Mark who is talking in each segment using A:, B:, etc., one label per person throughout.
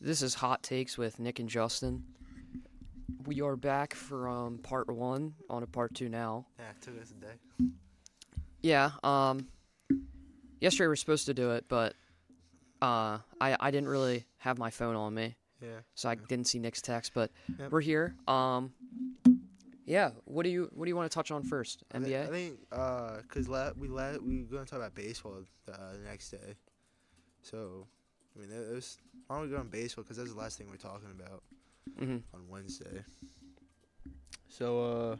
A: This is Hot Takes with Nick and Justin. We are back from part one on a part two now.
B: Yeah, it took us a day.
A: Yeah, um yesterday we were supposed to do it, but uh I I didn't really have my phone on me,
B: Yeah.
A: so I didn't see Nick's text, but
B: Yep.
A: we're here. Um yeah, what do you what do you want to touch on first?
B: I thi- I
A: NBA?
B: think uh, cause la- we la- we were gonna talk about baseball the uh, the next day, so I mean, it was why don't we go on baseball? Cause that's the last thing we're talking about
A: Mhm.
B: on Wednesday. So uh,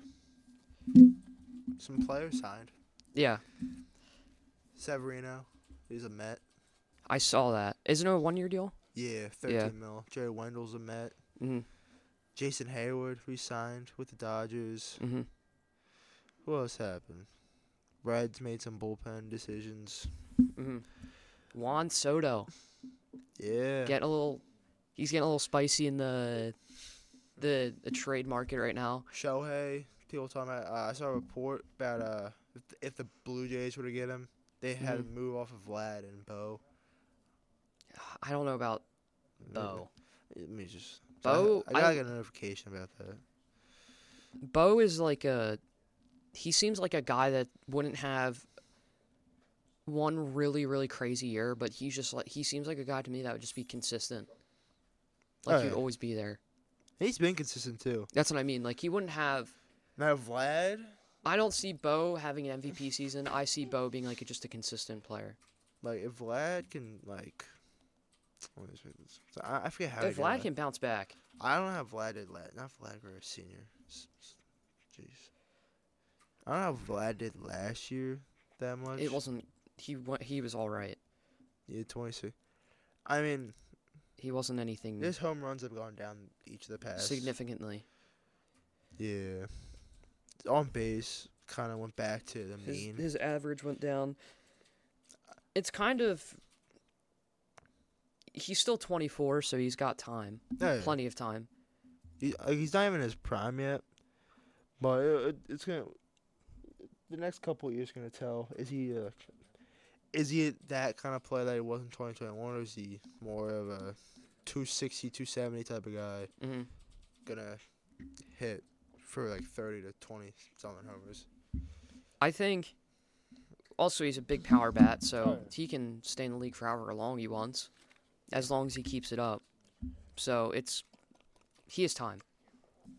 B: some players signed.
A: Yeah,
B: Severino, he's a Met.
A: I saw that. Isn't it a one year deal?
B: Yeah, thirteen
A: Yeah.
B: mil. Jerry Wendell's a Met.
A: Mhm.
B: Jason Hayward, who signed with the Dodgers.
A: Mhm.
B: Who else happened? Reds made some bullpen decisions.
A: Mhm. Juan Soto.
B: Yeah.
A: Get a little he's getting a little spicy in the the, the trade market right now.
B: Shohei, people talking about. Uh, I saw a report about uh, if, if the Blue Jays were to get him, they had
A: Mhm.
B: to move off of Vlad and Bo.
A: I don't know about
B: Let me-
A: Bo.
B: Let me just.
A: Bo,
B: I, I got
A: I-
B: a notification about that.
A: Bo is like a he seems like a guy that wouldn't have one really really crazy year, but he's just like he seems like a guy to me that would just be consistent. Like
B: Oh,
A: he'd
B: yeah.
A: always be there.
B: He's been consistent too.
A: That's what I mean. Like he wouldn't have
B: Now Vlad,
A: I don't see Bo having an MVP season. I see Bo being like a, just a consistent player.
B: like if Vlad can like. Let me just read this. So I, I forget how.
A: Dude,
B: he
A: Vlad
B: got-
A: can bounce back.
B: I don't know how Vlad did last. Not Vlad or senior. S- s- Jeez. I don't know how Vlad did last year that much.
A: It wasn't he wa- he was all right.
B: Yeah, twenty six. I mean,
A: He wasn't anything
B: His home runs have gone down each of the past.
A: significantly.
B: Yeah. On base, kind of went back to the
A: His,
B: mean.
A: his average went down. It's kind of. He's still 24, so he's got time.
B: Yeah, yeah.
A: Plenty of time.
B: He- uh, he's not even in his prime yet, but it, it- it's gonna. The next couple of years gonna tell is he uh, is he that kind of player that he was in 2021, or is he more of a 260, 270 type of guy
A: hmm
B: gonna hit for like 30 to 20 something homers?
A: I think. Also, he's a big power bat, so
B: Oh, yeah.
A: he can stay in the league for however long he wants, as long as he keeps it up. So it's. He has time.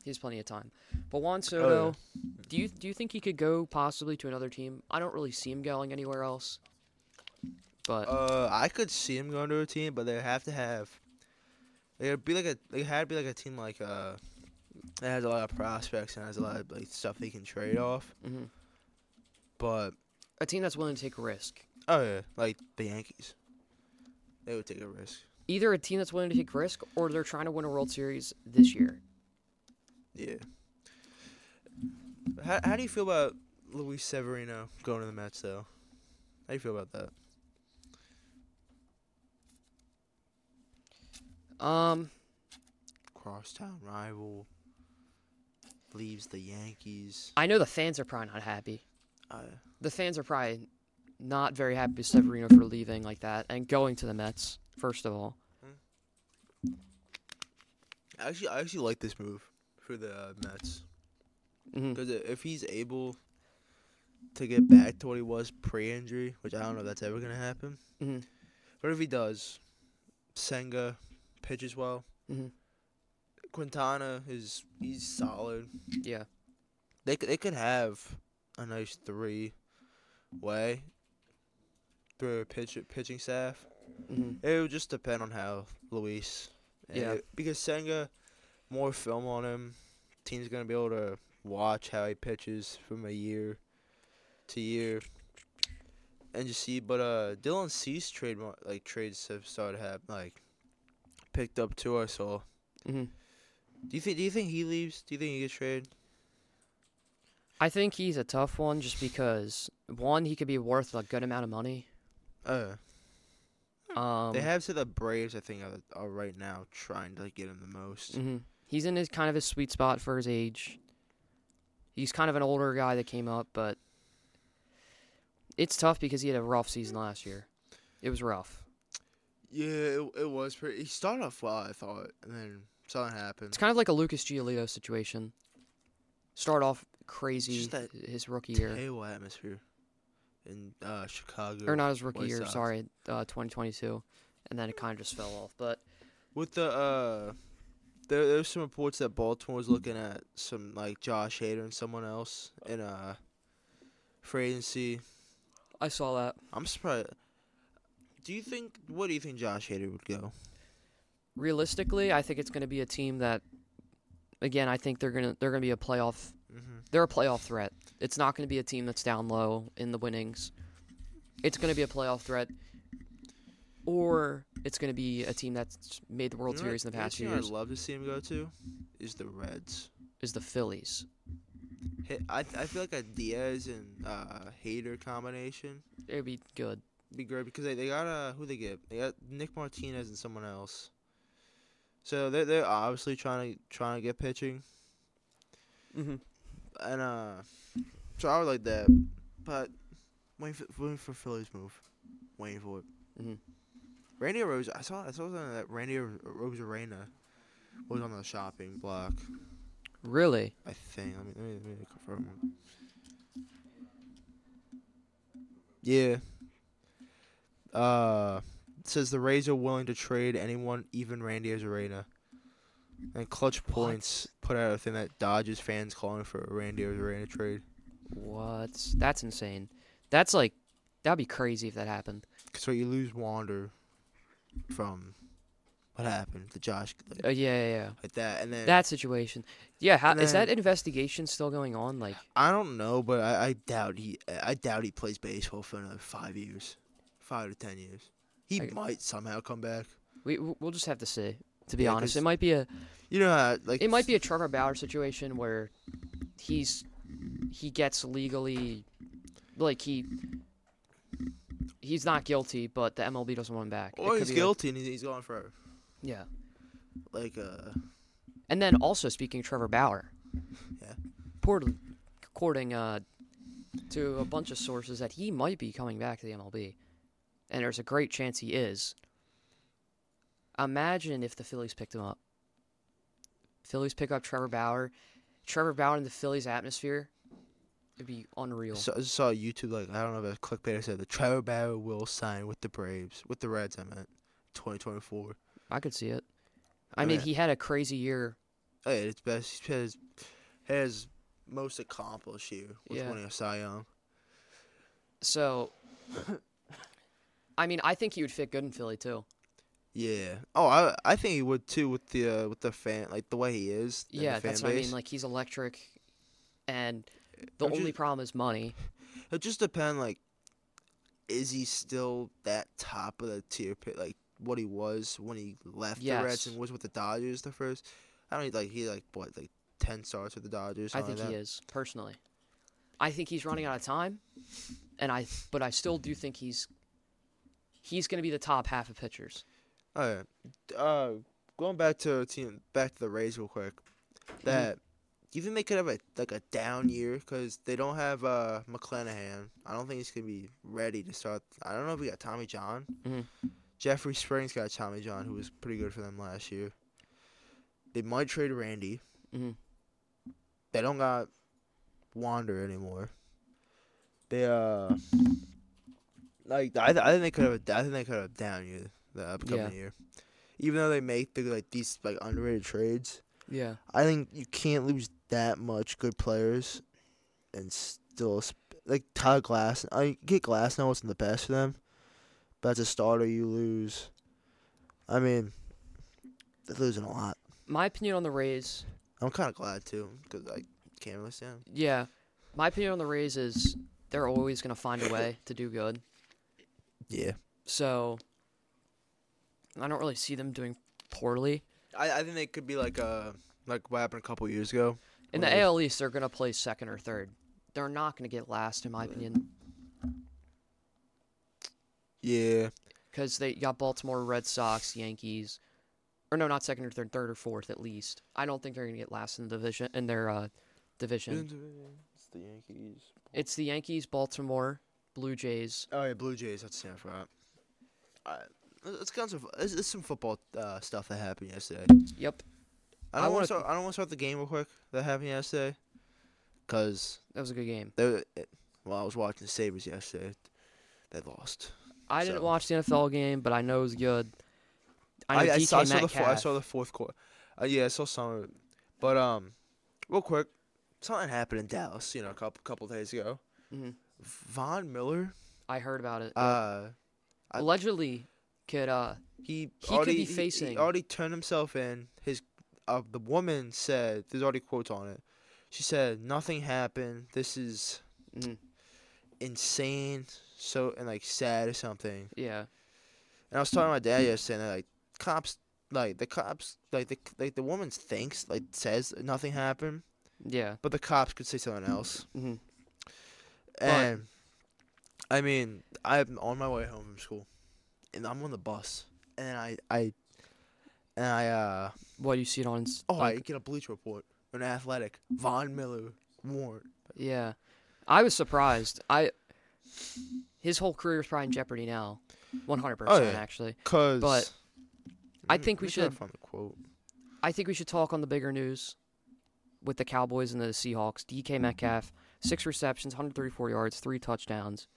A: He has plenty of time. But
B: Oh,
A: Juan Soto, do you do you think he could go possibly to another team? I don't really see him going anywhere else. But
B: Uh, I could see him going to a team, but they have to have. It'd be like a. It had to be like a team like uh, that has a lot of prospects and has a lot of like stuff they can trade off.
A: mhm.
B: But
A: a team that's willing to take a risk.
B: oh yeah, like the Yankees, they would take a risk.
A: either a team that's willing to take risk or they're trying to win a World Series this year.
B: Yeah. How how do you feel about Luis Severino going to the Mets though? How do you feel about that?
A: Um,
B: Crosstown rival leaves the Yankees.
A: I know the fans are probably not happy.
B: Uh,
A: The fans are probably not very happy with Severino for leaving like that and going to the Mets. First of all,
B: actually, I actually like this move for the uh, Mets.
A: Mhm.
B: Because if he's able to get back to what he was pre-injury, which I don't know if that's ever gonna happen,
A: Mhm.
B: but if he does, Senga pitches well.
A: Mhm.
B: Quintana is he's solid.
A: yeah,
B: They c- they could have a nice three way through a pitch pitching staff.
A: hmm
B: It would just depend on how Luis. and
A: Yeah.
B: it- because Senga, more film on him. Team's gonna be able to watch how he pitches from a year to year, and just see. But uh, Dylan Cease trade mar- like trades have started have like picked up too. I saw.
A: hmm
B: Do you think? Do you think he leaves? Do you think he gets traded?
A: I think he's a tough one just because one he could be worth a good amount of money.
B: Uh,
A: Um,
B: they have said the Braves. I think are, are right now trying to like, get him the most.
A: mhm. he's in his kind of his sweet spot for his age. He's kind of an older guy that came up, but it's tough because he had a rough season last year. It was rough.
B: Yeah, it, it was pretty. He started off well, I thought, and then something happened.
A: It's kind of like a Lucas Giolito situation. Start off crazy
B: Just that
A: his rookie year,
B: Terrible atmosphere in uh, Chicago.
A: or not his rookie
B: White
A: year.
B: Sox.
A: Sorry, uh, 2022, and then it kind of just fell off. But
B: With the uh, there there's some reports that Baltimore's looking at some like Josh Hader and someone else in uh free agency.
A: I saw that
B: I'm surprised. Do you think? What do you think Josh Hader would go?
A: realistically, I think it's going to be a team that, again, I think they're gonna they're gonna be a playoff.
B: Mm-hmm.
A: They're a playoff threat. It's not going to be a team that's down low in the winnings. It's going to be a playoff threat, or it's going to be a team that's made the World
B: You know
A: Series in
B: what-
A: the
B: you know
A: past
B: what
A: few
B: team
A: years.
B: I'd love to see him go to is the Reds.
A: Is the Phillies?
B: Hey, I I feel like a Diaz and uh Hader combination
A: It'd be good.
B: would be great because they, they got uh who they get they got Nick Martinez and someone else. So they they're obviously trying to trying to get pitching.
A: Mm-hmm.
B: and uh, so I would like that, but waiting for, waiting for Philly's move, waiting for it.
A: Mhm.
B: Randy Rose, I saw I saw something that Randy Rosarena was on the shopping block.
A: Really?
B: I think. Let me let me, let me confirm. Yeah. Uh, it says the Rays are willing to trade anyone, even Randy Ozarena. And Clutch Points put out a thing that Dodgers fans calling for a Randy Ozarena trade.
A: What? That's insane. That's like that'd be crazy if that happened.
B: So you lose Wander from what happened to Josh like,
A: Uh, yeah, yeah, yeah.
B: like that, and then
A: That situation. Yeah, how,
B: And
A: is that
B: then-
A: investigation still going on? Like,
B: I don't know, but I, I doubt he I doubt he plays baseball for another five years, five to ten years. He
A: I-
B: might somehow come back.
A: we we'll just have to see. To be
B: Yeah,
A: honest,
B: 'cause
A: it might be a
B: You know, how, like
A: it might be a Trevor Bauer situation where he's he gets legally like he he's not guilty, but the MLB doesn't want him back. It
B: or
A: could
B: Oh, he's
A: be like-
B: guilty and he's, he's gone forever.
A: yeah.
B: Like uh,
A: And then also speaking of Trevor Bauer,
B: Yeah.
A: reportedly, according uh, to a bunch of sources, that he might be coming back to the MLB, and there's a great chance he is. Imagine if the Phillies picked him up. Phillies pick up Trevor Bauer. Trevor Bauer in the Phillies atmosphere, it'd be unreal.
B: so, I just saw a YouTube like I don't know if that's clickbait. It said the Trevor Bauer will sign with the Braves with the Reds. I meant 2024.
A: I could see it. I
B: I
A: mean,
B: mean-
A: he had a crazy year.
B: Hey, it's best. He has has most accomplished year with
A: Yeah.
B: winning a Cy Young.
A: So, I mean, I think he would fit good in Philly too.
B: Yeah. Oh, I I think he would too with the uh, with the fan like the way he is. and the
A: Yeah,
B: fan
A: that's what I
B: base.
A: mean. Like he's electric, and the
B: I'm
A: only
B: just-
A: problem is money.
B: It just depend like, is he still that top of the tier pit like what he was when he left the
A: Yes.
B: Reds and was with the Dodgers the first? I don't like he like what like ten stars with the Dodgers.
A: I think he is personally. I think he's running out of time, and I but I still do think he's he's going to be the top half of pitchers.
B: All right. Uh, going back to team back to the Rays real quick. That do you think they could have a like a down year because they don't have uh McClanahan. I don't think he's gonna be ready to start. I don't know if we got Tommy John.
A: Mhm.
B: Jeffrey Springs got Tommy John, who was pretty good for them last year. They might trade Randy.
A: Mhm.
B: They don't got Wander anymore. They uh like I, I think they could have a, I think they could have a down year the upcoming
A: Yeah.
B: year. Even though they make the like these like underrated trades,
A: Yeah,
B: I think you can't lose that much good players, and still sp- like Todd Glass. I get Glass now wasn't the best for them, but as a starter you lose. I mean, they're losing a lot.
A: my opinion on the Rays.
B: I'm kind of glad too because I can't really stand. 'em.
A: Yeah, my opinion on the Rays is they're always going to find a way to do good.
B: Yeah,
A: So I don't really see them doing poorly.
B: I, I think they could be like uh like what happened a couple years ago.
A: In
B: Well,
A: the
B: they-
A: AL East, they're going to play second or third. They're not going to get last, in my opinion,
B: Yeah,
A: because they got Baltimore, Red Sox, Yankees, or no, not second or third, third or fourth at least. I don't think they're going to get last in the division. In their uh, division,
B: it's the Yankees.
A: it's the Yankees, Baltimore, Blue Jays.
B: Oh yeah, Blue Jays. That's yeah, I forgot. I Let's let's get on some. There's, there's some football uh, stuff that happened yesterday.
A: Yep,
B: I
A: I
B: don't want
A: wanna-
B: to. Start, I don't want to start the game real quick that happened yesterday, because
A: that was a good game.
B: they. were- It, well, I was watching the Sabres yesterday. They lost.
A: I didn't
B: So-
A: watch the NFL game, but I know it was good.
B: I,
A: I know
B: I
A: DK
B: saw, I saw the
A: Metcalf.
B: four, I saw the fourth quarter. Uh, yeah, I saw some of it. But um, real quick, something happened in Dallas. You know, a couple couple days ago.
A: Mhm.
B: Von Miller.
A: I heard about it.
B: Uh, I-
A: Allegedly, could uh,
B: he
A: could be
B: already he-
A: facing-
B: He already turned himself in. His uh, the woman said there's already quotes on it. She said nothing happened. This is
A: mhm,
B: insane. So and like sad or something.
A: yeah,
B: And I was talking to my dad yesterday, and like cops, like the cops, like the like the woman thinks like says nothing happened.
A: yeah,
B: but the cops could say something else.
A: mhm. But-
B: And I mean, I'm on my way home from school, and I'm on the bus, and I, I, and I, uh,
A: What you see it on? s-
B: oh,
A: like-
B: I get a bleach report, an athletic, Von Miller warrant.
A: Yeah, I was surprised. I his whole career is probably in jeopardy now, one hundred
B: Oh, yeah.
A: percent actually.
B: Cause,
A: But I think we should-
B: find the quote.
A: I think we should talk on the bigger news with the Cowboys and the Seahawks. DK Metcalf, six receptions, one hundred thirty-four yards, three touchdowns,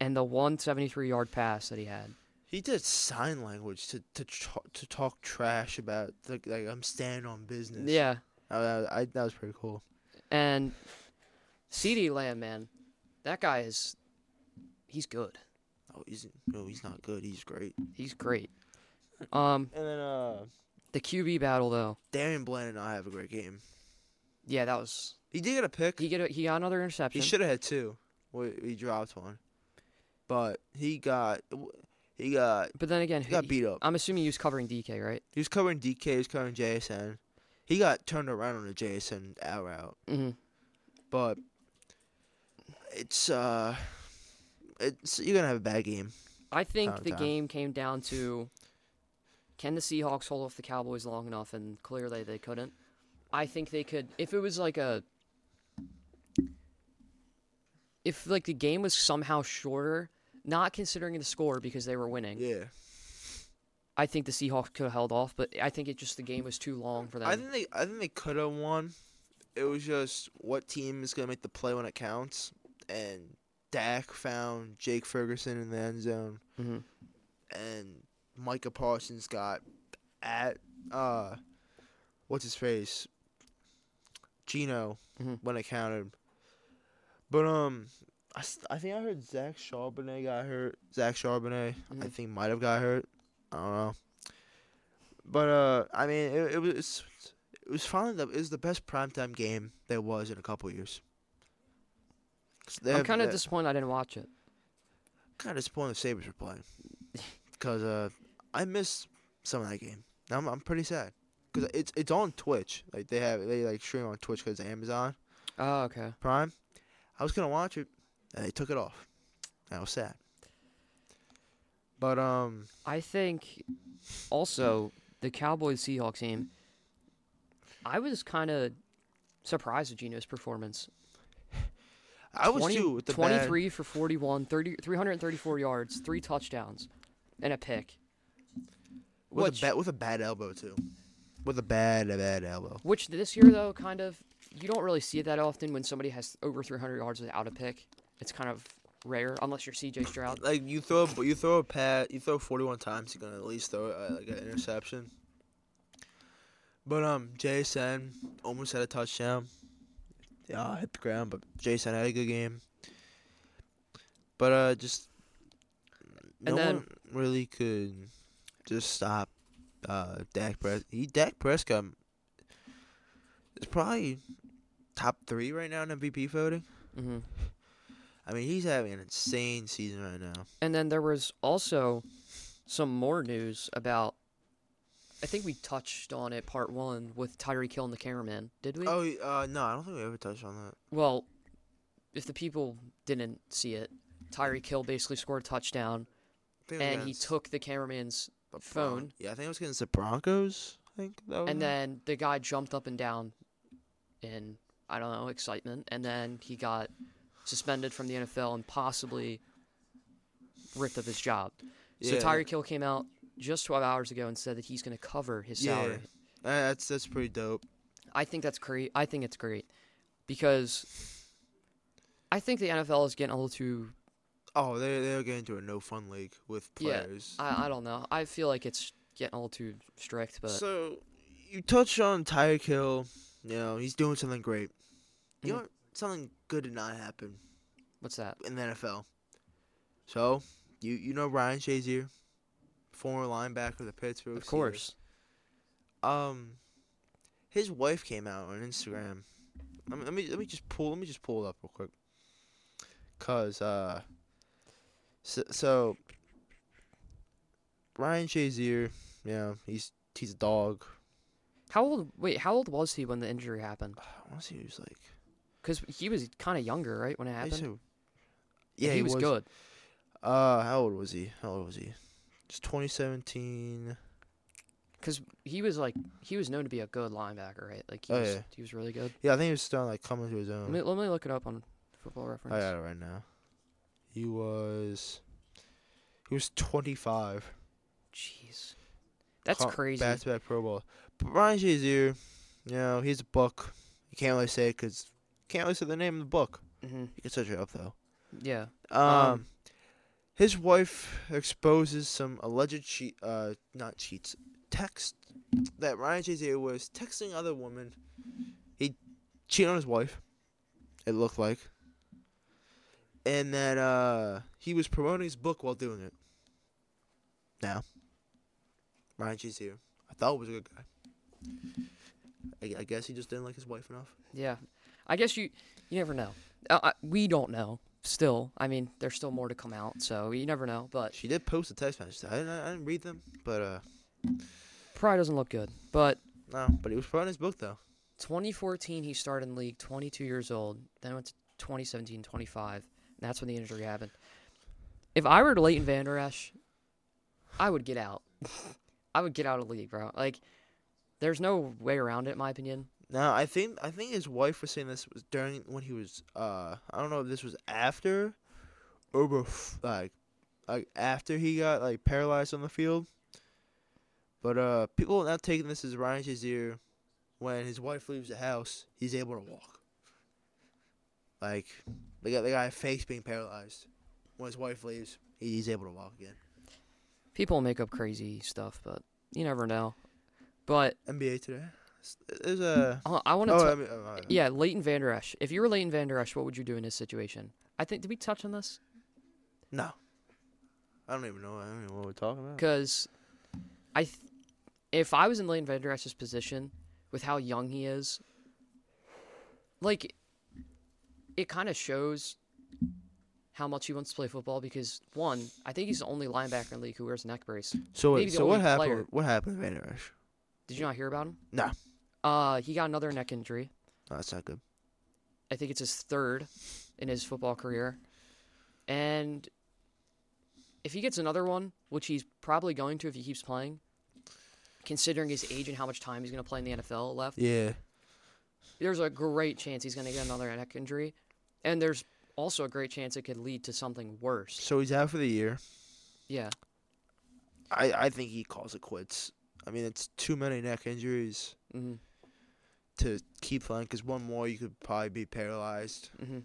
A: and the one seventy-three yard pass that he had.
B: He did sign language to to tra- to talk trash about like, like I'm standing on business.
A: Yeah,
B: I, I, I- that was pretty cool.
A: and C.D. Lamb, man, that guy is he's good.
B: Oh, he's no, he's not good. He's great.
A: He's great. Um,
B: And then uh,
A: the QB battle though,
B: Darian Bland and I have a great game.
A: yeah, that was
B: He did get a pick.
A: he get a, he got another interception.
B: He should have had two. We, we dropped one, but he got he got
A: But then again,
B: he
A: who-
B: got beat up.
A: I'm assuming he was covering DK, right?
B: He was covering DK. He was covering JSN. He got turned around on a JSN out route,
A: Mm-hmm.
B: but it's uh, it's you're gonna have a bad game.
A: I think
B: Time,
A: the
B: time.
A: game came down to can the Seahawks hold off the Cowboys long enough, and clearly they couldn't. I think they could if it was like a if like the game was somehow shorter, not considering the score because they were winning.
B: Yeah,
A: I think the Seahawks could have held off, but I think it just the game was too long for them.
B: I think they I think they could have won. It was just what team is gonna make the play when it counts, and Dak found Jake Ferguson in the end zone.
A: Mhm.
B: and Micah Parsons got at uh what's his face? Gino
A: Mhm.
B: when it counted. But um I, s- I think I heard Zach Charbonnet got hurt. Zach Charbonnet I
A: Mhm.
B: think might have got hurt. I don't know. But uh I mean it, it was it was finally the it was the best primetime game there was in a couple years. 'Cause they
A: I'm
B: have-
A: kind of
B: they-
A: disappointed I didn't watch it.
B: kind of disappointed the Sabres were playing because uh, I missed some of that game. I'm I'm pretty sad because it's it's on Twitch. Like they have they like stream on Twitch because Amazon
A: Oh, okay.
B: Prime. I was gonna watch it and they took it off. I was sad. But um,
A: I think also the Cowboys Seahawks game. I was kind of surprised at Geno's performance.
B: I was too with the bad-
A: 23 for 41, 30, 334 yards, three touchdowns, and a pick.
B: with
A: Which,
B: a bad with a bad elbow too, with a bad a bad elbow.
A: which this year, though, kind of, you don't really see it that often when somebody has over 300 yards without a pick. It's kind of rare, unless you're CJ Stroud.
B: Like you throw you throw a pat you throw forty one times you're gonna at least throw uh, like an interception. But um, Jason almost had a touchdown. Yeah, I hit the ground, but Jason had a good game. But uh, just no
A: And then-
B: one really could just stop uh Dak Pres. He Dak Prescott is probably top three right now in MVP voting.
A: hmm
B: I mean, he's having an insane season right now.
A: And then there was also some more news about. I think we touched on it part one with Tyree Hill and the cameraman, did we?
B: Oh, y- uh, no, I don't think we ever touched on that.
A: Well, if the people didn't see it, Tyree Hill basically scored a touchdown
B: I think it was
A: and he
B: against
A: took the cameraman's,
B: the Bron-
A: phone.
B: Yeah, I think it was against the Broncos. I think that was
A: and
B: it.
A: then the guy jumped up and down in I don't know excitement, and then he got suspended from the NFL and possibly ripped of his job. So
B: Yeah.
A: Tyreek Hill came out just 12 hours ago and said that he's going to cover his
B: Yeah.
A: salary.
B: Uh, that's that's pretty dope.
A: I think that's great. I think it's great because I think the NFL is getting a little too.
B: Oh, they they're getting into a no fun league with
A: Yeah,
B: players.
A: I, I don't know. I feel like it's getting a little too strict, but
B: so you touched on Tyreek Hill. You know he's doing something great. You
A: Mhm.
B: know something good did not happen
A: what's that?
B: in the NFL. So you you know Ryan Shazier, former linebacker of the Pittsburgh.
A: Of
B: Steelers.
A: course.
B: Um, his wife came out on Instagram. Let me let me, let me just pull let me just pull it up real quick. Cause uh, so, so Ryan Shazier, you know he's he's a dog.
A: How old? Wait, how old was he when the injury happened?
B: I want to see who's like.
A: Because he was kind of younger, right, when it
B: I used
A: happened.
B: to- yeah,
A: he, was, good.
B: Uh, how old was he? How old was he? It's 2017.
A: Because he was like he was known to be a good linebacker, right? Like he
B: Oh,
A: was
B: yeah. Oh.
A: he was really good.
B: Yeah, I think he was still like coming to his
A: Let
B: own.
A: me, let me look it up on Football Reference.
B: I got it right now. He was. He was 25.
A: Jeez, that's crazy.
B: Back to back Pro Bowl. But Ryan Shazier, you know, he's a book. You can't really say it because can't really say the name of the book.
A: hmm
B: You can search it up though.
A: Yeah,
B: Um,
A: Um,
B: his wife exposes some alleged cheat, uh, not cheats, text that Ryan Shazier was texting other women. He cheated on his wife. It looked like. And that uh, he was promoting his book while doing it. Now, Ryan Shazier, I thought was a good guy. I, I guess he just didn't like his wife enough.
A: yeah. I guess you you never know. Uh, I, we don't know. Still, I mean, there's still more to come out, so you never know. But
B: She did post a text message. I didn't, I didn't read them, but uh,
A: probably doesn't look good. But
B: no. But he was promoting his book though.
A: 2014, he started in the league, 22 years old. Then went to 2017, 25. And that's when the injury happened. If I were Leighton Vander Esch, I would get out. I would get out of the league, bro. Like, there's no way around it, in my opinion.
B: No, I think I think his wife was saying this was during when he was. Uh, I don't know if this was after, or bef- like, like after he got like paralyzed on the field. But uh, people are now taking this as Ryan Shazier, when his wife leaves the house, he's able to walk. Like, they got the guy fakes being paralyzed. When his wife leaves, he- he's able to walk again.
A: People make up crazy stuff, but you never know. But
B: NBA today. There's a.
A: uh, I want to.
B: Oh, I mean, oh, yeah.
A: yeah, Leighton Vander Esch. If you were Leighton Vander Esch, what would you do in his situation? I think. Did we touch on this?
B: No. I don't even know. I don't even know what we're talking about.
A: Because I, th- if I was in Leighton Vander Esch's position, with how young he is, like, it kind of shows how much he wants to play football. Because one, I think he's the only linebacker in the league who wears a neck brace.
B: So
A: Maybe
B: wait,
A: the
B: so what
A: only
B: happened?
A: player-
B: What happened to Van Der Esch?
A: Did you not hear about him?
B: No.
A: Uh, he got another neck injury.
B: No, that's Oh, not good.
A: I think it's his third in his football career. And if he gets another one, which he's probably going to if he keeps playing, considering his age and how much time he's going to play in the NFL left,
B: Yeah.
A: there's a great chance he's going to get another neck injury. And there's also a great chance it could lead to something worse.
B: So he's out for the year.
A: Yeah.
B: I I think he calls it quits. I mean, it's too many neck injuries
A: hmm
B: to keep playing. Because one more, you could probably be paralyzed
A: hmm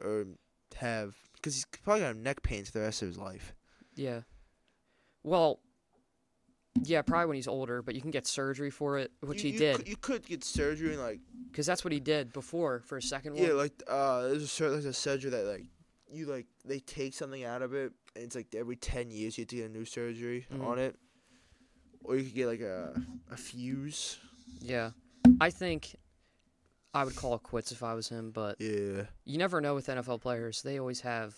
B: or have. Because he's probably gonna have neck pains for the rest of his life.
A: Yeah. Well, yeah, probably when he's older, but you can get surgery for it, which
B: You-
A: he
B: you
A: did.
B: could- you could get surgery and like
A: Because that's what he did before for his second one.
B: yeah, like uh, there's a certain there's a surgery that like you like they take something out of it and it's like every ten years you have to get a new surgery
A: Mhm.
B: on it. Or you could get like a a fuse.
A: Yeah. I think I would call it quits if I was him, but
B: Yeah.
A: you never know with NFL players. They always have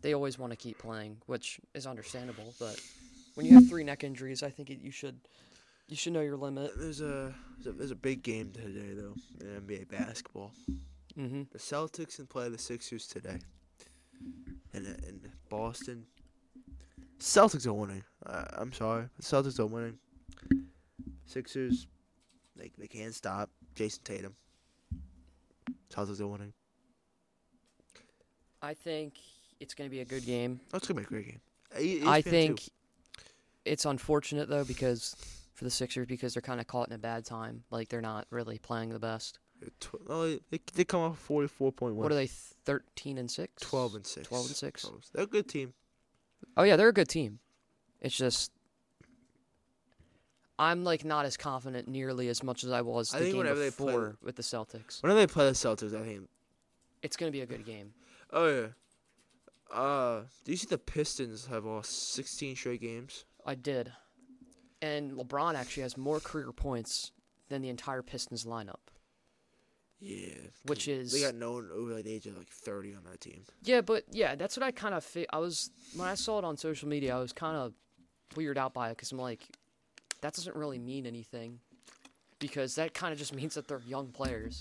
A: they always want to keep playing, which is understandable, but when you have three neck injuries, I think it, you should you should know your limit.
B: There's a, there's a there's a big game today though in NBA basketball.
A: Mhm.
B: The Celtics and play the Sixers today. In uh, in Boston. Celtics are winning. Uh, I'm sorry, the Celtics are winning. Sixers, they they can't stop Jason Tatum. Celtics are winning.
A: I think it's going to be a good game.
B: That's gonna be a great game. E-
A: I
B: ESPN2.
A: think it's unfortunate though because for the Sixers because they're kind of caught in a bad time. Like they're not really playing the best.
B: Tw- oh, they, they come off forty four point one.
A: What are they? Thirteen and six.
B: Twelve and six.
A: Twelve and six.
B: Oh, They're a good team.
A: Oh yeah, they're a good team. It's just I'm like not as confident nearly as much as I was the
B: I think
A: game
B: whenever they play-
A: before with the Celtics.
B: Whenever they play the Celtics, I think.
A: It's gonna be a good game.
B: Oh yeah. Uh, do you see the Pistons have lost sixteen straight games?
A: I did, and LeBron actually has more career points than the entire Pistons lineup.
B: Yeah.
A: Which is-
B: they got no one over like the age of like thirty on that team.
A: Yeah, but yeah, that's what I kind of fi- I was when I saw it on social media, I was kind of weirded out by it because I'm like, that doesn't really mean anything, because that kind of just means that they're young players.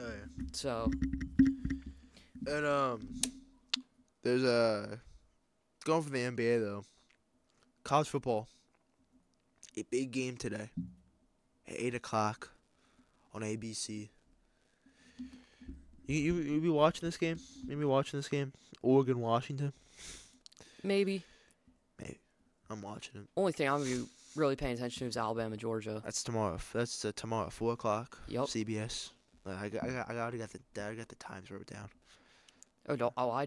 B: Oh yeah.
A: So
B: And um, there's a going from the NBA though. College football. A big game today. At eight o'clock, on ABC. You you you be watching this game? You be watching this game? Oregon Washington.
A: maybe
B: I'm watching it.
A: only thing I'm gonna be really paying attention to is Alabama, Georgia.
B: That's tomorrow. That's uh, tomorrow, four o'clock.
A: Yep.
B: CBS. Like, I, got- I, got- I already got the I got the times wrote down.
A: Oh, no, oh, I,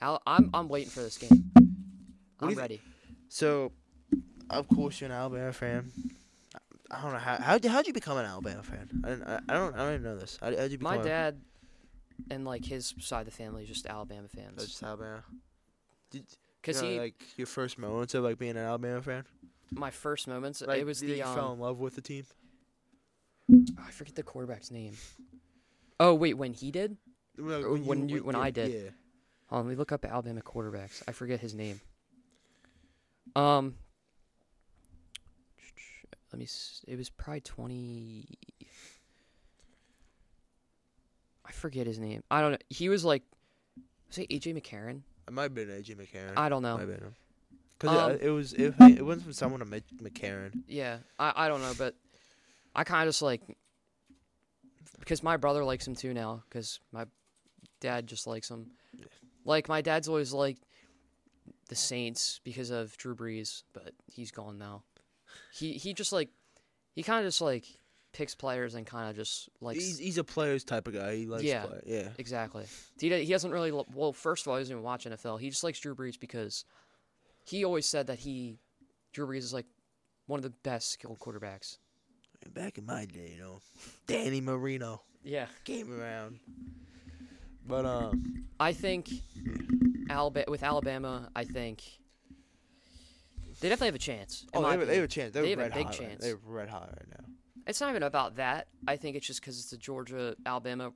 A: Al, I'm I'm waiting for this game.
B: What do you
A: I'm
B: thi-
A: ready.
B: So, of course, you're an Alabama fan. I- I don't know how how how'd you become an Alabama fan? I didn't, I, I don't I don't even know this. How how'd you become?
A: My
B: a-
A: dad and like his side of the family is just Alabama
B: Oh,
A: fans
B: just Alabama. Did
A: because
B: you know,
A: he
B: like your first moments of like being an Alabama fan?
A: my first moments
B: Like,
A: it was
B: did
A: the
B: you
A: um,
B: fell in love with the team.
A: oh, I forget the quarterback's name. Oh wait, when he did?
B: Well,
A: or when you- when I did.
B: Yeah.
A: Hold on, let me look up Alabama quarterbacks. I forget his name. Um, let me. s- It was probably twenty. I forget his name. I don't know. He was like, was it AJ McCarron?
B: It might have been AJ McCarron.
A: I don't know.
B: might have been him. Cause
A: Um,
B: it, it was it, it went from someone to Mitch McCarron.
A: Yeah, I, I don't know, but I kind of just like because my brother likes him too now because my dad just likes him. Like my dad's always liked the Saints because of Drew Brees, but he's gone now. He he just like he kind of just like picks players and kind of just like
B: he's, he's a players type of guy. He likes
A: Yeah.
B: play. Yeah.
A: Exactly. He d- he doesn't really lo- well. First of all, he doesn't even watch NFL. He just likes Drew Brees because he always said that he Drew Brees is like one of the best skilled quarterbacks.
B: Back in my day, you know, Danny Marino
A: Yeah.
B: came around. But um,
A: I think Alabama with Alabama, I think they definitely have a chance. in
B: oh,
A: my
B: they have, they have a
A: opinion.
B: chance.
A: They
B: They're
A: have a
B: red
A: big
B: hot. Right.
A: chance.
B: They're red hot right now.
A: It's not even about that. I think it's just because it's a Georgia Alabama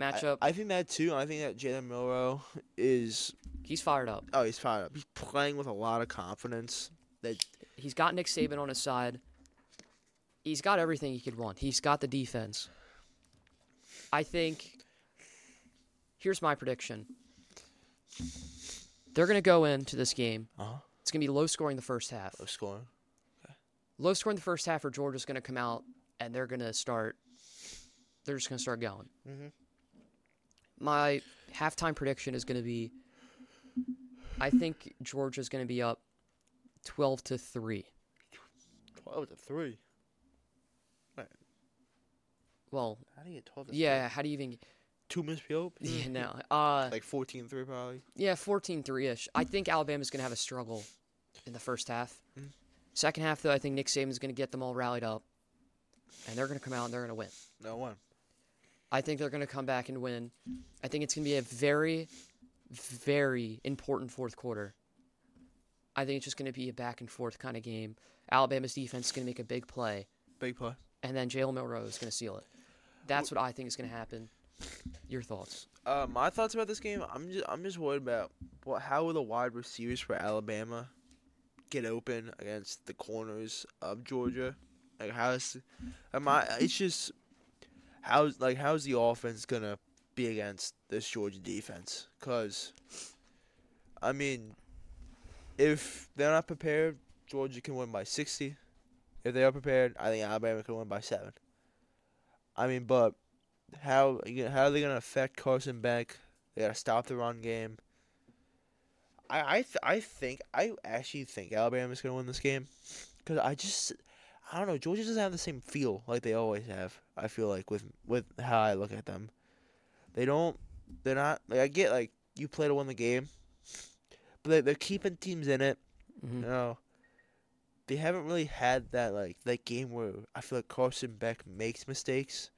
A: matchup.
B: I, I think that too. I think that Jalen Milrow is
A: he's fired up.
B: oh he's fired up. He's playing with a lot of confidence. That
A: He's got Nick Saban on his side. He's got everything he could want. He's got the defense. I think. Here's my prediction. They're gonna go into this game.
B: uh
A: It's gonna be low scoring the first half.
B: of scoring.
A: low score in the first half, or Georgia's going to come out and they're going to start. They're just going to start going.
B: Mhm.
A: My halftime prediction is going to be. I think Georgia's going to be up twelve to three.
B: Twelve to three.
A: Well,
B: How do you get twelve? To
A: yeah. How do you even?
B: Three? Two minutes field.
A: Yeah, no. Uh,
B: Like 14-3 probably.
A: yeah, 14-3 ish. I think Alabama's going to have a struggle in the first half.
B: Mhm.
A: Second half, though, I think Nick Saban's going to get them all rallied up, and they're going to come out and they're going to win.
B: No one.
A: I think they're going to come back and win. I think it's going to be a very, very important fourth quarter. I think it's just going to be a back and forth kind of game. Alabama's defense is going to make a big play,
B: Big play.
A: and then Jalen Milroe is going to seal it. That's what I think is going to happen. Your thoughts?
B: Uh, my thoughts about this game, I'm just I'm just worried about what how will the wide receivers for Alabama get open against the corners of Georgia? Like how's am I it's just how's like how's the offense gonna be against this Georgia defense? Cause I mean, if they're not prepared, Georgia can win by sixty. If they are prepared, I think Alabama can win by seven. I mean, but how you know, how are they gonna affect Carson Beck? They gotta stop the run game. I I th- I think I actually think Alabama's gonna win this game, cause I just I don't know Georgia doesn't have the same feel like they always have. I feel like with with how I look at them, they don't they're not like I get like you play to win the game, but they, they're keeping teams in it.
A: Mhm.
B: You know, they haven't really had that like that game where I feel like Carson Beck makes mistakes.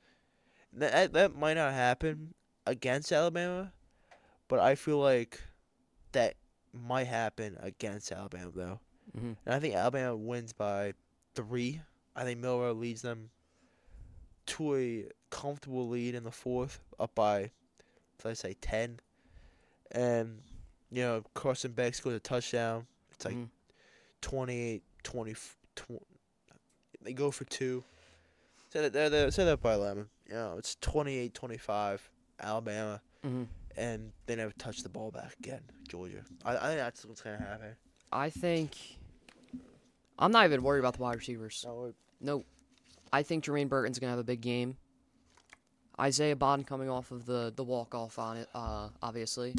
B: That that- that might not happen against Alabama, but I feel like that might happen against Alabama though.
A: Mhm.
B: And I think Alabama wins by three. I think Milrow leads them to a comfortable lead in the fourth, up by let's say ten. And you know, Carson Beck scores a touchdown. It's like
A: Mhm.
B: 28, 20, tw- they go for two. Set it there, there, set it up by 11. You know, it's 28 25, Alabama,
A: Mhm.
B: and they never touch the ball back again, Georgia. I, I think that's what's going to happen.
A: I think I'm not even worried about the wide receivers. No, I think Jermaine Burton's gonna have a big game. Isaiah Bond coming off of the the walk off on it, uh, obviously,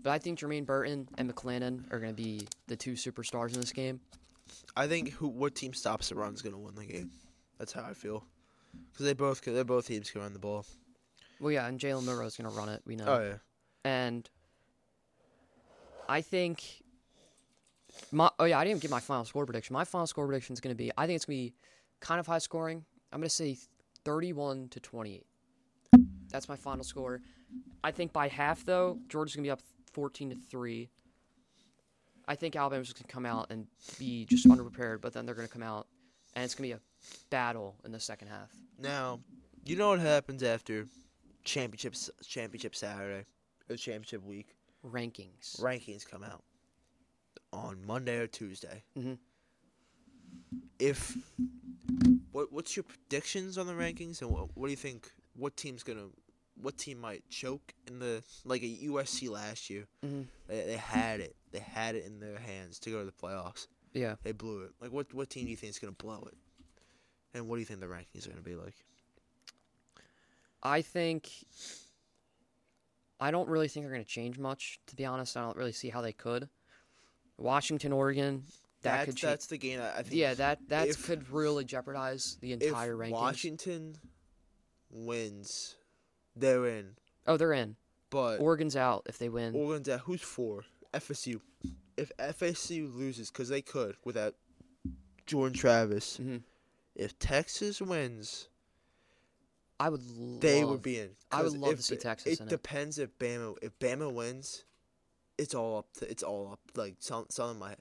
A: but I think Jermaine Burton and McLennan are gonna be the two superstars in this game.
B: I think who what team stops the run is going to win the game. That's how I feel. Because they both, they both teams can run the ball.
A: Well, yeah, and Jalen Milrow's gonna run it. We know.
B: Oh, yeah.
A: and I think my oh yeah, I didn't get my final score prediction. My final score prediction is going to be I think it's going to be kind of high scoring. I'm going to say 31 to 28. That's my final score. I think by half though, Georgia's going to be up 14 to 3. I think Alabama's just going to come out and be just underprepared, but then they're going to come out and it's going to be a battle in the second half.
B: Now, you know what happens after championships, championship Saturday, or championship week?
A: Rankings.
B: rankings come out on Monday or Tuesday.
A: Mhm.
B: If what what's your predictions on the rankings and what what do you think what team's gonna what team might choke in the like a USC last year?
A: Mhm.
B: They, they had it. They had it in their hands to go to the playoffs.
A: Yeah.
B: They blew it. Like what what team do you think is gonna blow it? And what do you think the rankings are gonna be like?
A: I think I don't really think they're going to change much. To be honest, I don't really see how they could. Washington, Oregon, that
B: that's
A: could change.
B: that's the game I I think.
A: Yeah, that that
B: if-
A: could really jeopardize the
B: if
A: entire rankings.
B: Washington wins, they're in.
A: oh, they're in.
B: But
A: Oregon's out if they win.
B: Oregon's at who's for FSU. If FSU loses, because they could without Jordan Travis.
A: Mhm.
B: If Texas wins,
A: I would. Love,
B: they would be in.
A: I would
B: 'Cause
A: love
B: if
A: to see
B: the-
A: Texas
B: It
A: in it.
B: depends if Bama if Bama wins, it's all up. To, it's all up. Like some some of my,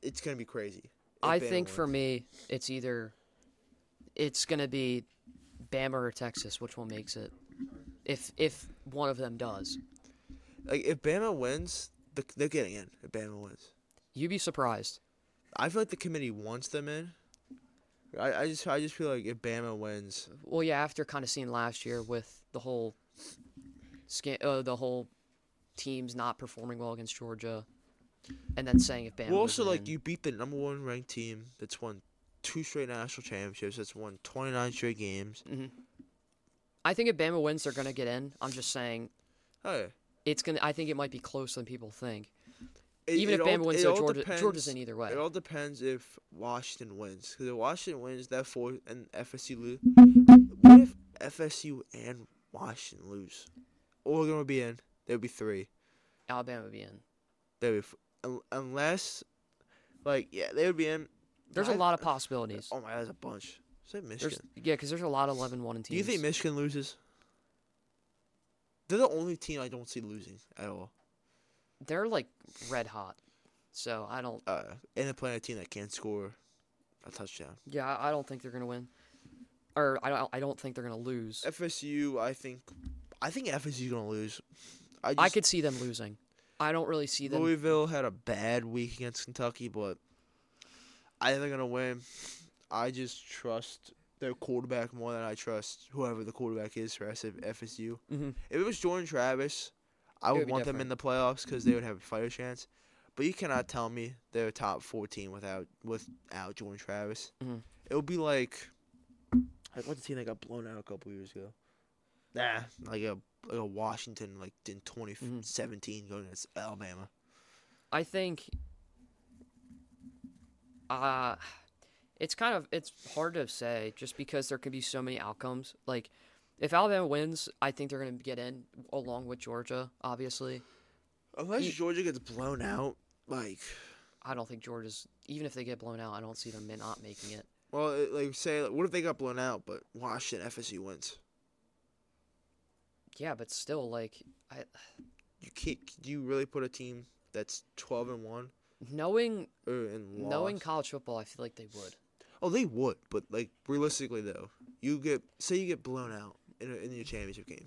B: it's gonna be crazy. if
A: I
B: Bama
A: think for
B: wins.
A: me, it's either it's going to be Bama or Texas, which one makes it. If if one of them does,
B: like if Bama wins, the, they're getting in. If Bama wins,
A: you'd be surprised.
B: I feel like the committee wants them in. I, I just I just feel like if Bama wins,
A: Well, yeah, after kind of seeing last year with the whole, sca- uh, the whole teams not performing well against Georgia, and then saying if Bama.
B: Well,
A: was
B: also like
A: in-
B: you beat the number one ranked team that's won two straight national championships, that's won twenty nine straight games.
A: I think if Bama wins, they're gonna get in. I'm just saying
B: Hey,
A: it's gonna. I think it might be closer than people think.
B: it-
A: Even
B: it
A: if Bama
B: all-
A: wins,
B: it
A: though,
B: all
A: Georgia,
B: depends-
A: Georgia's in either way.
B: It all depends if Washington wins. Because if Washington wins, that four and FSU lose. What if FSU and Washington lose? Oregon would be in. There would be three.
A: Alabama would be in.
B: There would be f- un- unless, like, yeah, they would be in.
A: There's a
B: I-
A: lot of possibilities.
B: Oh my, God, there's a bunch. Say Michigan.
A: There's, yeah, because there's a lot of 11-1 in teams.
B: Do you think Michigan loses? They're the only team I don't see losing at all.
A: they're like red hot? So I don't.
B: Uh, and they're playing a team that can't score a touchdown.
A: Yeah, I- I don't think they're gonna win. Or I don't. I don't think they're gonna lose.
B: FSU, I think, I think FSU's gonna lose. I, just,
A: I could see them losing. I don't really see them.
B: Louisville had a bad week against Kentucky, but I think they're gonna win. I just trust their quarterback more than I trust whoever the quarterback is for SF FSU.
A: Mhm.
B: If it was Jordan Travis, I
A: It
B: would
A: would be
B: want them in the playoffs because they would have a fighter chance. But you cannot tell me they're a top fourteen without without Jordan Travis.
A: Mhm.
B: It would be like like what's the team that got blown out a couple years ago? Nah, like a like a Washington like in twenty seventeen going against Alabama.
A: I think uh it's kind of it's hard to say just because there could be so many outcomes. Like if Alabama wins, I think they're going to get in along with Georgia, obviously.
B: Unless
A: Ye- Mm.
B: Georgia gets blown out, like
A: I don't think Georgia's even if they get blown out, I don't see them not making it.
B: well, it- like say, like, what if they got blown out but Washington FSU wins?
A: Yeah, but still like I
B: You can't. Do you really put a team that's twelve and one
A: knowing
B: or and lost?
A: knowing college football, I feel like they would.
B: oh, they would, but like realistically though, you get say you get blown out in a, in your championship game,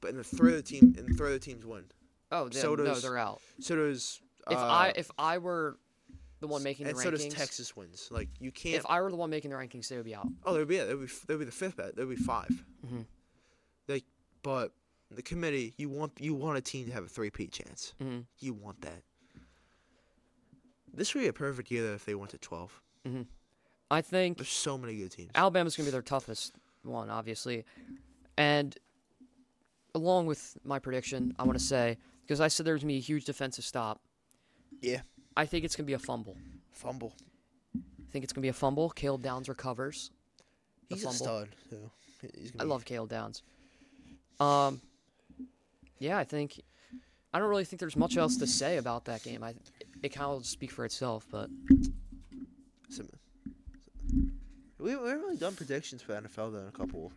B: but in the three other team and three other teams win.
A: Oh, then,
B: So
A: no,
B: does-
A: they're out.
B: So does
A: If
B: uh,
A: I if I were the one making the
B: and so does
A: rankings,
B: Texas wins. Like you can't.
A: if I were the one making the rankings, they would be out.
B: Oh, there'd be yeah, there'd be there'd be the fifth bet. There'd be 5
A: Mhm.
B: Like, but the committee, you want you want a team to have a three P chance.
A: Mhm.
B: You want that. This would be a perfect year though if they went to twelve.
A: I think
B: There's so many good teams.
A: Alabama's going to be their toughest one, obviously. And along with my prediction, I want to say, because I said there's going to be a huge defensive stop,
B: Yeah,
A: I think it's going to be a fumble.
B: fumble.
A: I think it's going to be a fumble. Caleb Downs recovers. The
B: He's a
A: fumble.
B: stud. So he's
A: I
B: gonna be-
A: love Caleb Downs. Um, yeah, I think. I don't really think there's much else to say about that game. I, it kind of speak for itself, but
B: some- We we haven't really done predictions for NFL though in a couple,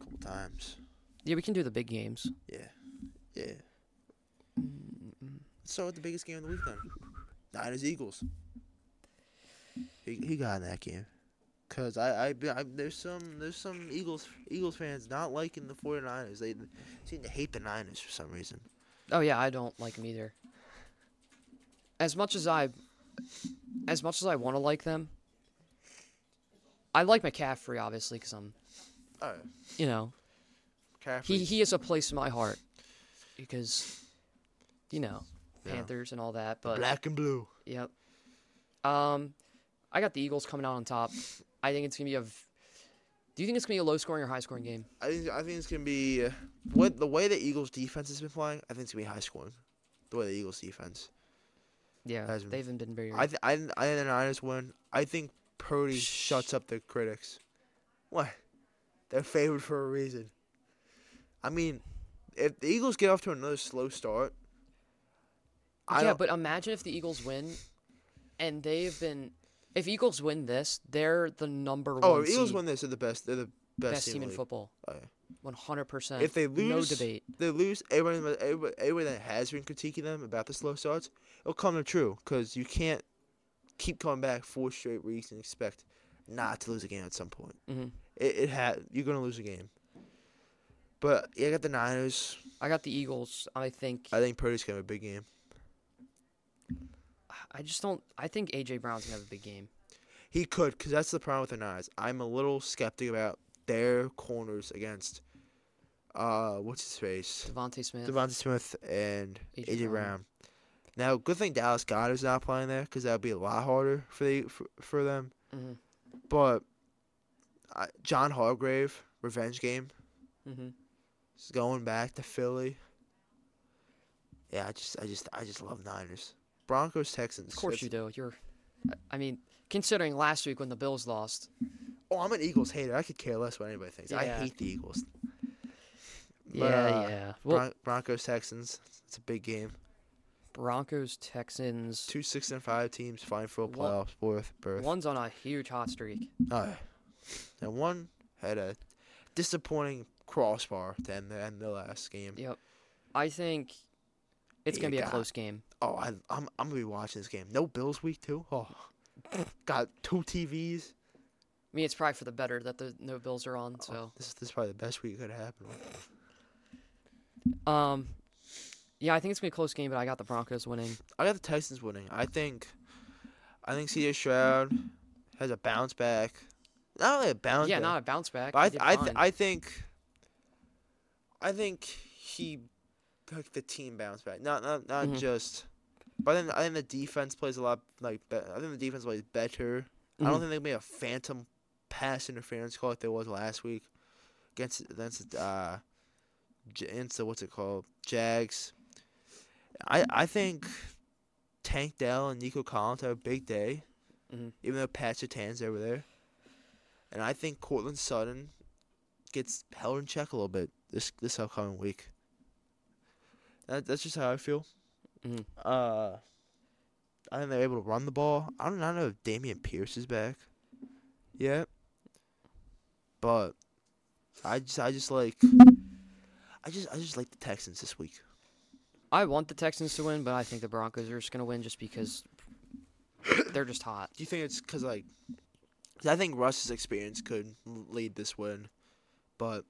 B: couple times.
A: yeah, we can do the big games.
B: Yeah, yeah. So the biggest game of the week then, Niners Eagles. He, he got in that game, cause I, I I there's some there's some Eagles Eagles fans not liking the 49ers. They seem to hate the Niners for some reason.
A: Oh yeah, I don't like them either. As much as I, as much as I want to like them, I like McCaffrey obviously because I'm,
B: Oh,
A: you know,
B: Caffrey.
A: he he is a place in my heart because, you know,
B: Yeah.
A: Panthers and all that. But
B: black and blue.
A: yep, um, I got the Eagles coming out on top. I think it's gonna be a. v- Do you think it's gonna be a low scoring or high scoring game?
B: I think I think it's gonna be uh, what the way the Eagles defense has been playing. I think it's gonna be high scoring. The way the Eagles defense.
A: Yeah,
B: Hasn't-
A: they haven't been very.
B: I th- I I think the Niners win. I think Purdy shuts up the critics. What? They're favored for a reason. I mean, if the Eagles get off to another slow start, I
A: yeah,
B: don't,
A: but imagine if the Eagles win, and they've been. If Eagles win this, they're the number one.
B: oh, if Eagles
A: seed,
B: win this. They're the best. They're the best,
A: best, team, in
B: the league.
A: football.
B: Oh, yeah.
A: One hundred percent.
B: If they
A: Uh, no
B: lose-
A: debate.
B: They lose. Everyone, everyone, everyone that has been critiquing them about the slow starts, it'll come to true because you can't keep coming back four straight weeks and expect not to lose a game at some point.
A: Mhm.
B: It, it ha- you're gonna lose a game. But yeah, I got the Niners.
A: I got the Eagles. I think.
B: I think Purdy's gonna have a big game.
A: I just don't. I think AJ Brown's gonna have a big game.
B: He could, cause that's the problem with the Niners. I'm a little skeptic about their corners against, uh, what's his face,
A: Devontae Smith.
B: Devonta Smith and
A: AJ
B: AJ
A: Brown.
B: Brown. Now, good thing Dallas Goddard's not playing there because that would be a lot harder for the for, for them.
A: Mhm.
B: But I, John Hargrave, revenge game,
A: hmm
B: is going back to Philly. Yeah, I just, I just, I just love Niners, Broncos, Texans.
A: Of course you
B: It's-
A: do. You're. I- I mean, considering last week when the Bills lost,
B: Oh, I'm an Eagles hater. I could care less what anybody thinks. I
A: Yeah.
B: hate the Eagles. But,
A: yeah,
B: uh,
A: yeah. Well,
B: Bron- Broncos, Texans. It's a big game.
A: Broncos, Texans.
B: Two six and five teams fighting for a
A: One-
B: playoff berth. berth.
A: One's on a huge hot streak.
B: Oh, and one had a disappointing crossbar to end the, end the last game.
A: Yep. I think it's gonna be
B: You
A: a
B: got-
A: close game.
B: Oh, I, I'm I'm gonna be watching this game. No Bills week too. Oh, got two TVs.
A: I mean, it's probably for the better that the no Bills are on. So.
B: Oh, This is this is probably the best week it could happen. Oh.
A: Um, yeah, I think it's gonna be a close game, but I got the Broncos winning.
B: I got the Texans winning. I think, I think C.J. Stroud has a bounce back. Not really a bounce.
A: yeah,
B: back,
A: not a bounce back.
B: But I
A: he
B: th-
A: did
B: I th-
A: fine.
B: I think I think he like the team bounce back. Not not not
A: Mhm.
B: just. But then I think the defense plays a lot like be- I think the defense plays better. I don't
A: Mhm.
B: think they made a phantom pass interference call like there was last week against against uh J- against the what's it called Jags. I I think Tank Dell and Nico Collins have a big day,
A: Mhm.
B: even though Pat Sertan's over there. And I think Cortland Sutton gets held in check a little bit this this upcoming week. That, that's just how I feel.
A: Mhm.
B: Uh, I think they're able to run the ball. I don't, I don't know if Damian Pierce is back. Yeah. But I just I just like I just I just like the Texans this week.
A: I want the Texans to win, but I think the Broncos are just gonna win just because they're just hot.
B: Do you think it's because like, 'cause I think Russ's experience could l- lead this win, but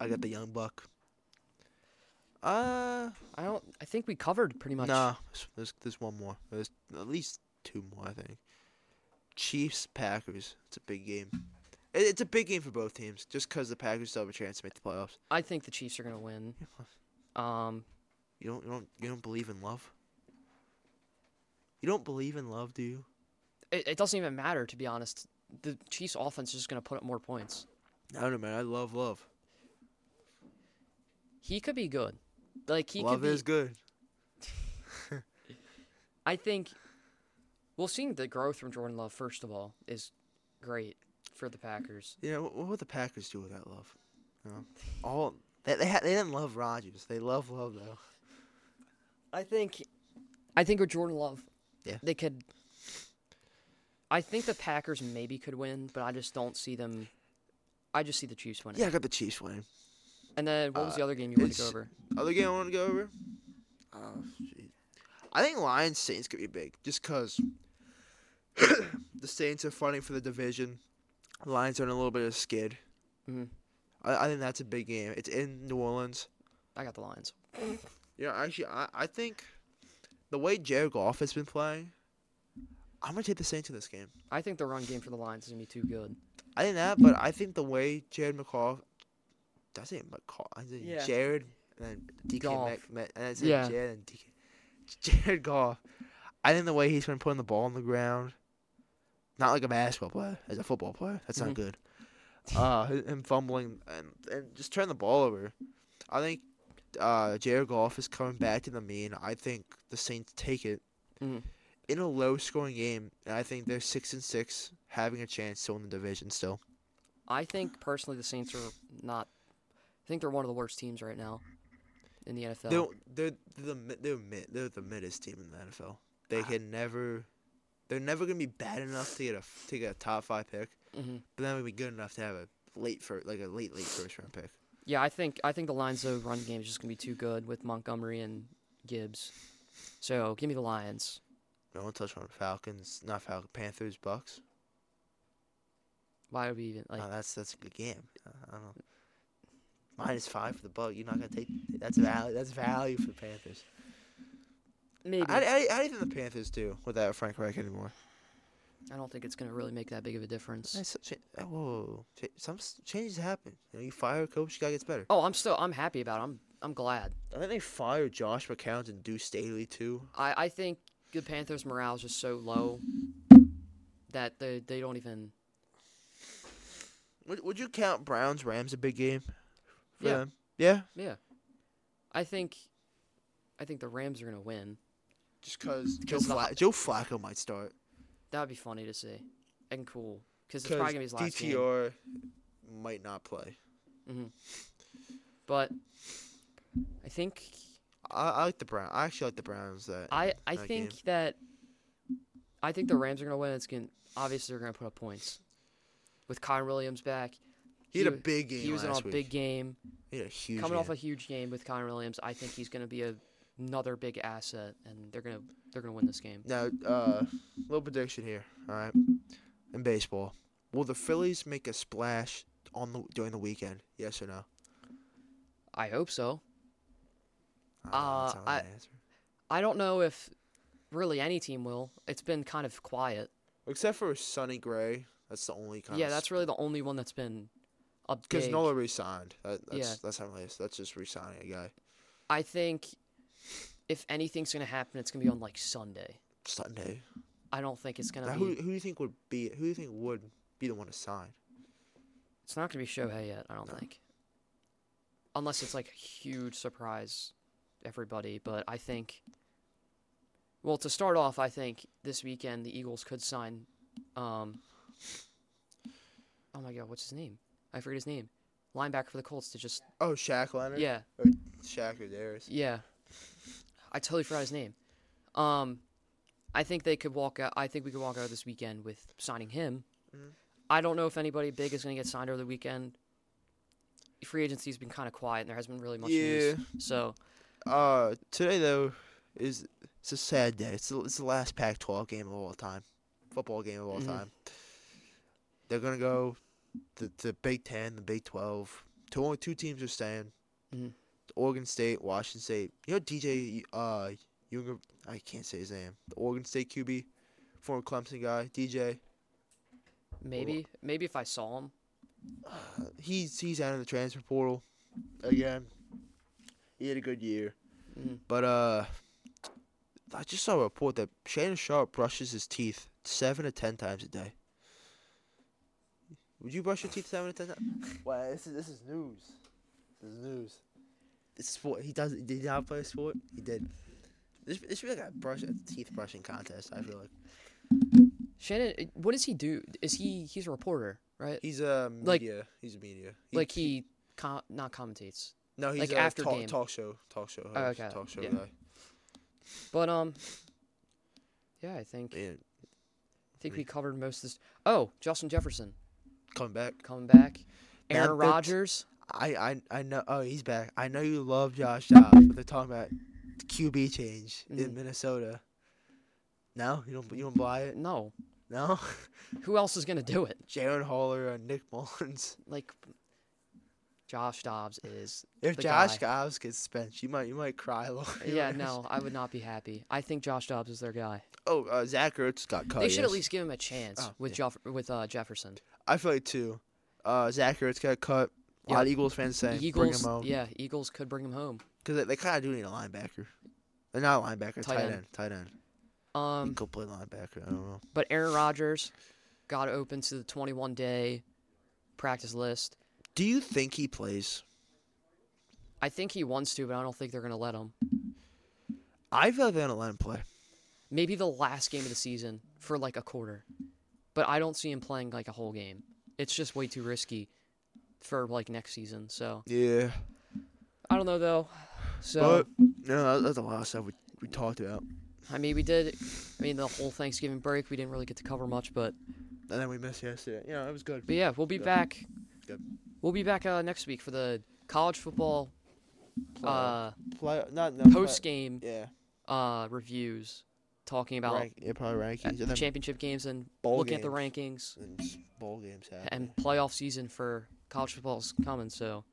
B: I got the young buck. Uh,
A: I don't. I think we covered pretty much.
B: nah. s- There's there's one more. There's at least two more. I think. Chiefs Packers. It's a big game. It, it's a big game for both teams, just because the Packers still have a chance to make the playoffs.
A: I think the Chiefs are gonna win. Um,
B: You don't you don't you don't believe in love. You don't believe in love, do you?
A: it, it doesn't even matter to be honest. The Chiefs' offense is just gonna put up more points.
B: I don't know, man. I love love.
A: He could be good. Like he
B: love
A: could be.
B: is good.
A: I think. Well, seeing the growth from Jordan Love first of all is great for the Packers.
B: You know, what, what would the Packers do without Love? You know, all they they, ha- they didn't love Rodgers. They love Love though.
A: I think, I think with Jordan Love,
B: Yeah.
A: they could. I think the Packers maybe could win, but I just don't see them. I just see the Chiefs winning.
B: Yeah, I got the Chiefs winning.
A: And then what was
B: Uh,
A: the other game you wanted to go
B: it's-
A: over?
B: Other game I want to go over. Oh, jeez. I think Lions Saints could be big just because the Saints are fighting for the division. Lions are in a little bit of a skid. Mm-hmm.
A: Mhm.
B: I, I think that's a big game. It's in New Orleans.
A: I got the Lions.
B: You know, actually, I, I think the way Jared Goff has been playing, I'm gonna take the Saints in this game.
A: I think the run game for the Lions is gonna be too good.
B: I think that, but I think the way Jared McCall, I say McCall, I say
A: Yeah.
B: Jared and then DK
A: Goff.
B: Mac, Mac- and I say
A: Yeah.
B: Jared and DK, Jared Goff. I think the way he's been putting the ball on the ground, not like a basketball player, as a football player, that's
A: Mhm.
B: not good. Uh, hi- him fumbling and and just turn the ball over. I think uh, Jared Goff is coming back to the mean. I think the Saints take it
A: Mhm.
B: in a low-scoring game, and I think they're six and six, having a chance to win the division still.
A: I think personally the Saints are not. I think they're one of the worst teams right now in the NFL.
B: They're they're the mi- they're mid, they're the middest team in the NFL.
A: Ah.
B: They can never, they're never gonna be bad enough to get a f- to get a top five pick,
A: Mhm.
B: but they're not gonna be good enough to have a late for like a late late first round pick.
A: Yeah, I think I think the Lions' though, run game is just gonna be too good with Montgomery and Gibbs. So give me the Lions.
B: No one touch on Falcons, not Falcons, Panthers, Bucks.
A: Why would we even like?
B: oh, that's that's a good game. Uh, I don't know. Minus five for the Buck. You're not gonna take. That's value. That's value for the Panthers.
A: maybe
B: I,
A: I,
B: I, I think the Panthers do without Frank Reich anymore.
A: don't think it's gonna really make that big of a difference.
B: Hey, so, cha- oh, whoa, cha- some s- changes happen. You know, you fire a coach, you guy gets better.
A: Oh, I'm still I'm happy about. It. I'm I'm glad.
B: I think they fired Josh McCown and Deuce Staley too.
A: I I think the Panthers' morale is just so low that they they don't even.
B: Would, would you count Browns Rams a big game? For
A: Yeah.
B: Them? Yeah.
A: Yeah, I think I think the Rams are gonna win.
B: Just because Joe,
A: Because the-
B: Fla- Joe Flacco might start.
A: That would be funny to see and cool because it's probably gonna be his last game.
B: DTR might not play.
A: But I think
B: I, I like the Browns. I actually like the Browns. That
A: I I
B: that
A: think
B: game.
A: that I think the Rams are gonna win. It's gonna obviously they're gonna put up points with Kyron Williams back.
B: he had a
A: wa-
B: big game.
A: He was in
B: last
A: a big game,
B: He had a huge
A: coming off
B: game.
A: a huge game with Kyron Williams. I think he's gonna be a, another big asset, and they're gonna they're gonna win this game.
B: Now, uh, little prediction here. All right, in baseball, will the Phillies make a splash on the during the weekend? Yes or no?
A: I hope so.
B: I don't know,
A: Uh,
B: that's not
A: I-
B: an answer.
A: I don't know if really any team will. It's been kind of quiet.
B: except for Sonny Gray. That's the only kind.
A: yeah,
B: of
A: that's really the only one that's been a
B: Because
A: big-
B: Nola resigned. That, that's
A: Yeah.
B: that's not really. That's just resigning a guy.
A: I think if anything's gonna happen, it's gonna be on like Sunday.
B: Sunday.
A: I don't think it's gonna
B: Now,
A: be.
B: who who do you think would be? Who do you think would be the one to sign?
A: It's not gonna be Shohei yet. I don't think. Unless it's like a huge surprise, everybody. But I think. Well, to start off, I think this weekend the Eagles could sign. Um, oh my God, what's his name? I forget his name. Linebacker for the Colts to just
B: Oh, Shaq Leonard.
A: yeah
B: Shaq or theirs.
A: yeah. I totally forgot his name. Um, I think they could walk out. I think we could walk out this weekend with signing him.
B: Mhm.
A: I don't know if anybody big is going to get signed over the weekend. Free agency's been kind of quiet, and there hasn't been really much news. So
B: Uh, today though is it's a sad day. It's the, it's the last Pac-12 game of all time, football game of all
A: Mhm.
B: time. They're gonna go the the Big Ten, the Big Twelve. Two only two teams are staying.
A: Mhm.
B: Oregon State, Washington State. You know DJ uh Younger. I can't say his name. The Oregon State QB, former Clemson guy. DJ.
A: maybe, maybe if I saw him,
B: He's he's out of the transfer portal again. He had a good year.
A: Mhm.
B: But uh, I just saw a report that Shannon Sharp brushes his teeth seven to ten times a day. Would you brush your teeth seven to ten times? well, this is this is news. This is news. It's sport. He does. Did he not play a sport? He did. This this should be like a brush a teeth brushing contest. I feel like
A: Shannon, uh, what does he do? Is he he's a reporter, right?
B: he's a
A: Like-
B: media. he's a media.
A: like he com- not commentates.
B: No, he's
A: like
B: a
A: after
B: talk,
A: game.
B: talk show. Talk show. Host,
A: Oh, okay,
B: Talk show
A: yeah.
B: guy.
A: But um, yeah, I think I
B: Man,
A: think we covered most of this. Oh, Justin Jefferson
B: coming back.
A: coming back.
B: Man,
A: Aaron
B: that's-
A: Rodgers.
B: I, I I know. Oh, he's back. I know you love Josh Dobbs, but they're talking about the QB change in
A: Mhm.
B: Minnesota. No, you don't. You don't buy it.
A: No,
B: No,
A: who else is gonna do it?
B: Jaron Haller and Nick Mullins.
A: Like Josh Dobbs is.
B: If
A: The
B: Josh
A: guy.
B: Dobbs gets benched, you might you might cry. Lord.
A: Yeah, no, I would not be happy. I think Josh Dobbs is their guy.
B: Oh, uh, Zach Ertz got cut.
A: they should at
B: yes.
A: least give him a chance
B: Oh,
A: with Jeff- with uh, Jefferson.
B: I feel like too. Uh, Zach Ertz got cut. A lot of Eagles fans saying bring him
A: Eagles,
B: home
A: yeah, Eagles could bring him home.
B: because they, they kind of do need a linebacker. They're not a linebacker.
A: Tight
B: Tight,
A: end.
B: end. Tight end.
A: Um,
B: Go play linebacker. I don't know.
A: But Aaron Rodgers got open to the 21 day practice list.
B: Do you think he plays?
A: I think he wants to, but I don't think they're going to let him.
B: I feel like they're gonna let him play.
A: Maybe the last game of the season for like a quarter. But I don't see him playing like a whole game. It's just way too risky for like next season. So
B: Yeah.
A: I don't know though. So
B: But no, that- that's a lot of stuff we, we talked about,
A: I mean, we did. I mean, the whole Thanksgiving break, we didn't really get to cover much, but
B: and then we missed yesterday. You know, it was good.
A: but yeah, we'll be
B: Yeah.
A: back.
B: Good.
A: We'll be back uh, next week for the college football uh,
B: play, not no,
A: post game
B: Yeah,
A: uh, reviews talking about
B: rank, yeah, probably rankings
A: uh,
B: and then
A: championship games and
B: bowl
A: looking
B: games,
A: at the rankings
B: and s- bowl games.
A: and
B: Happening.
A: playoff season for college football's coming. So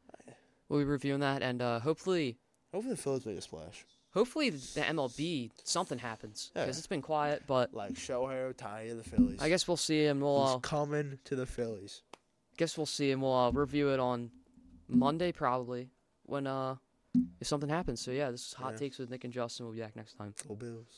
A: we'll be reviewing that and uh, hopefully,
B: Hopefully, the Phillies make a splash.
A: hopefully the MLB something happens
B: Yeah.
A: because it's been quiet. But
B: Like Shohei Ohtani to the Phillies.
A: I guess we'll see and we'll
B: he's
A: uh,
B: coming to the Phillies.
A: guess we'll see and we'll uh, review it on Monday probably when uh if something happens. So yeah, this is hot
B: Yeah.
A: takes with Nick and Justin. We'll be back next time.
B: Go Bills.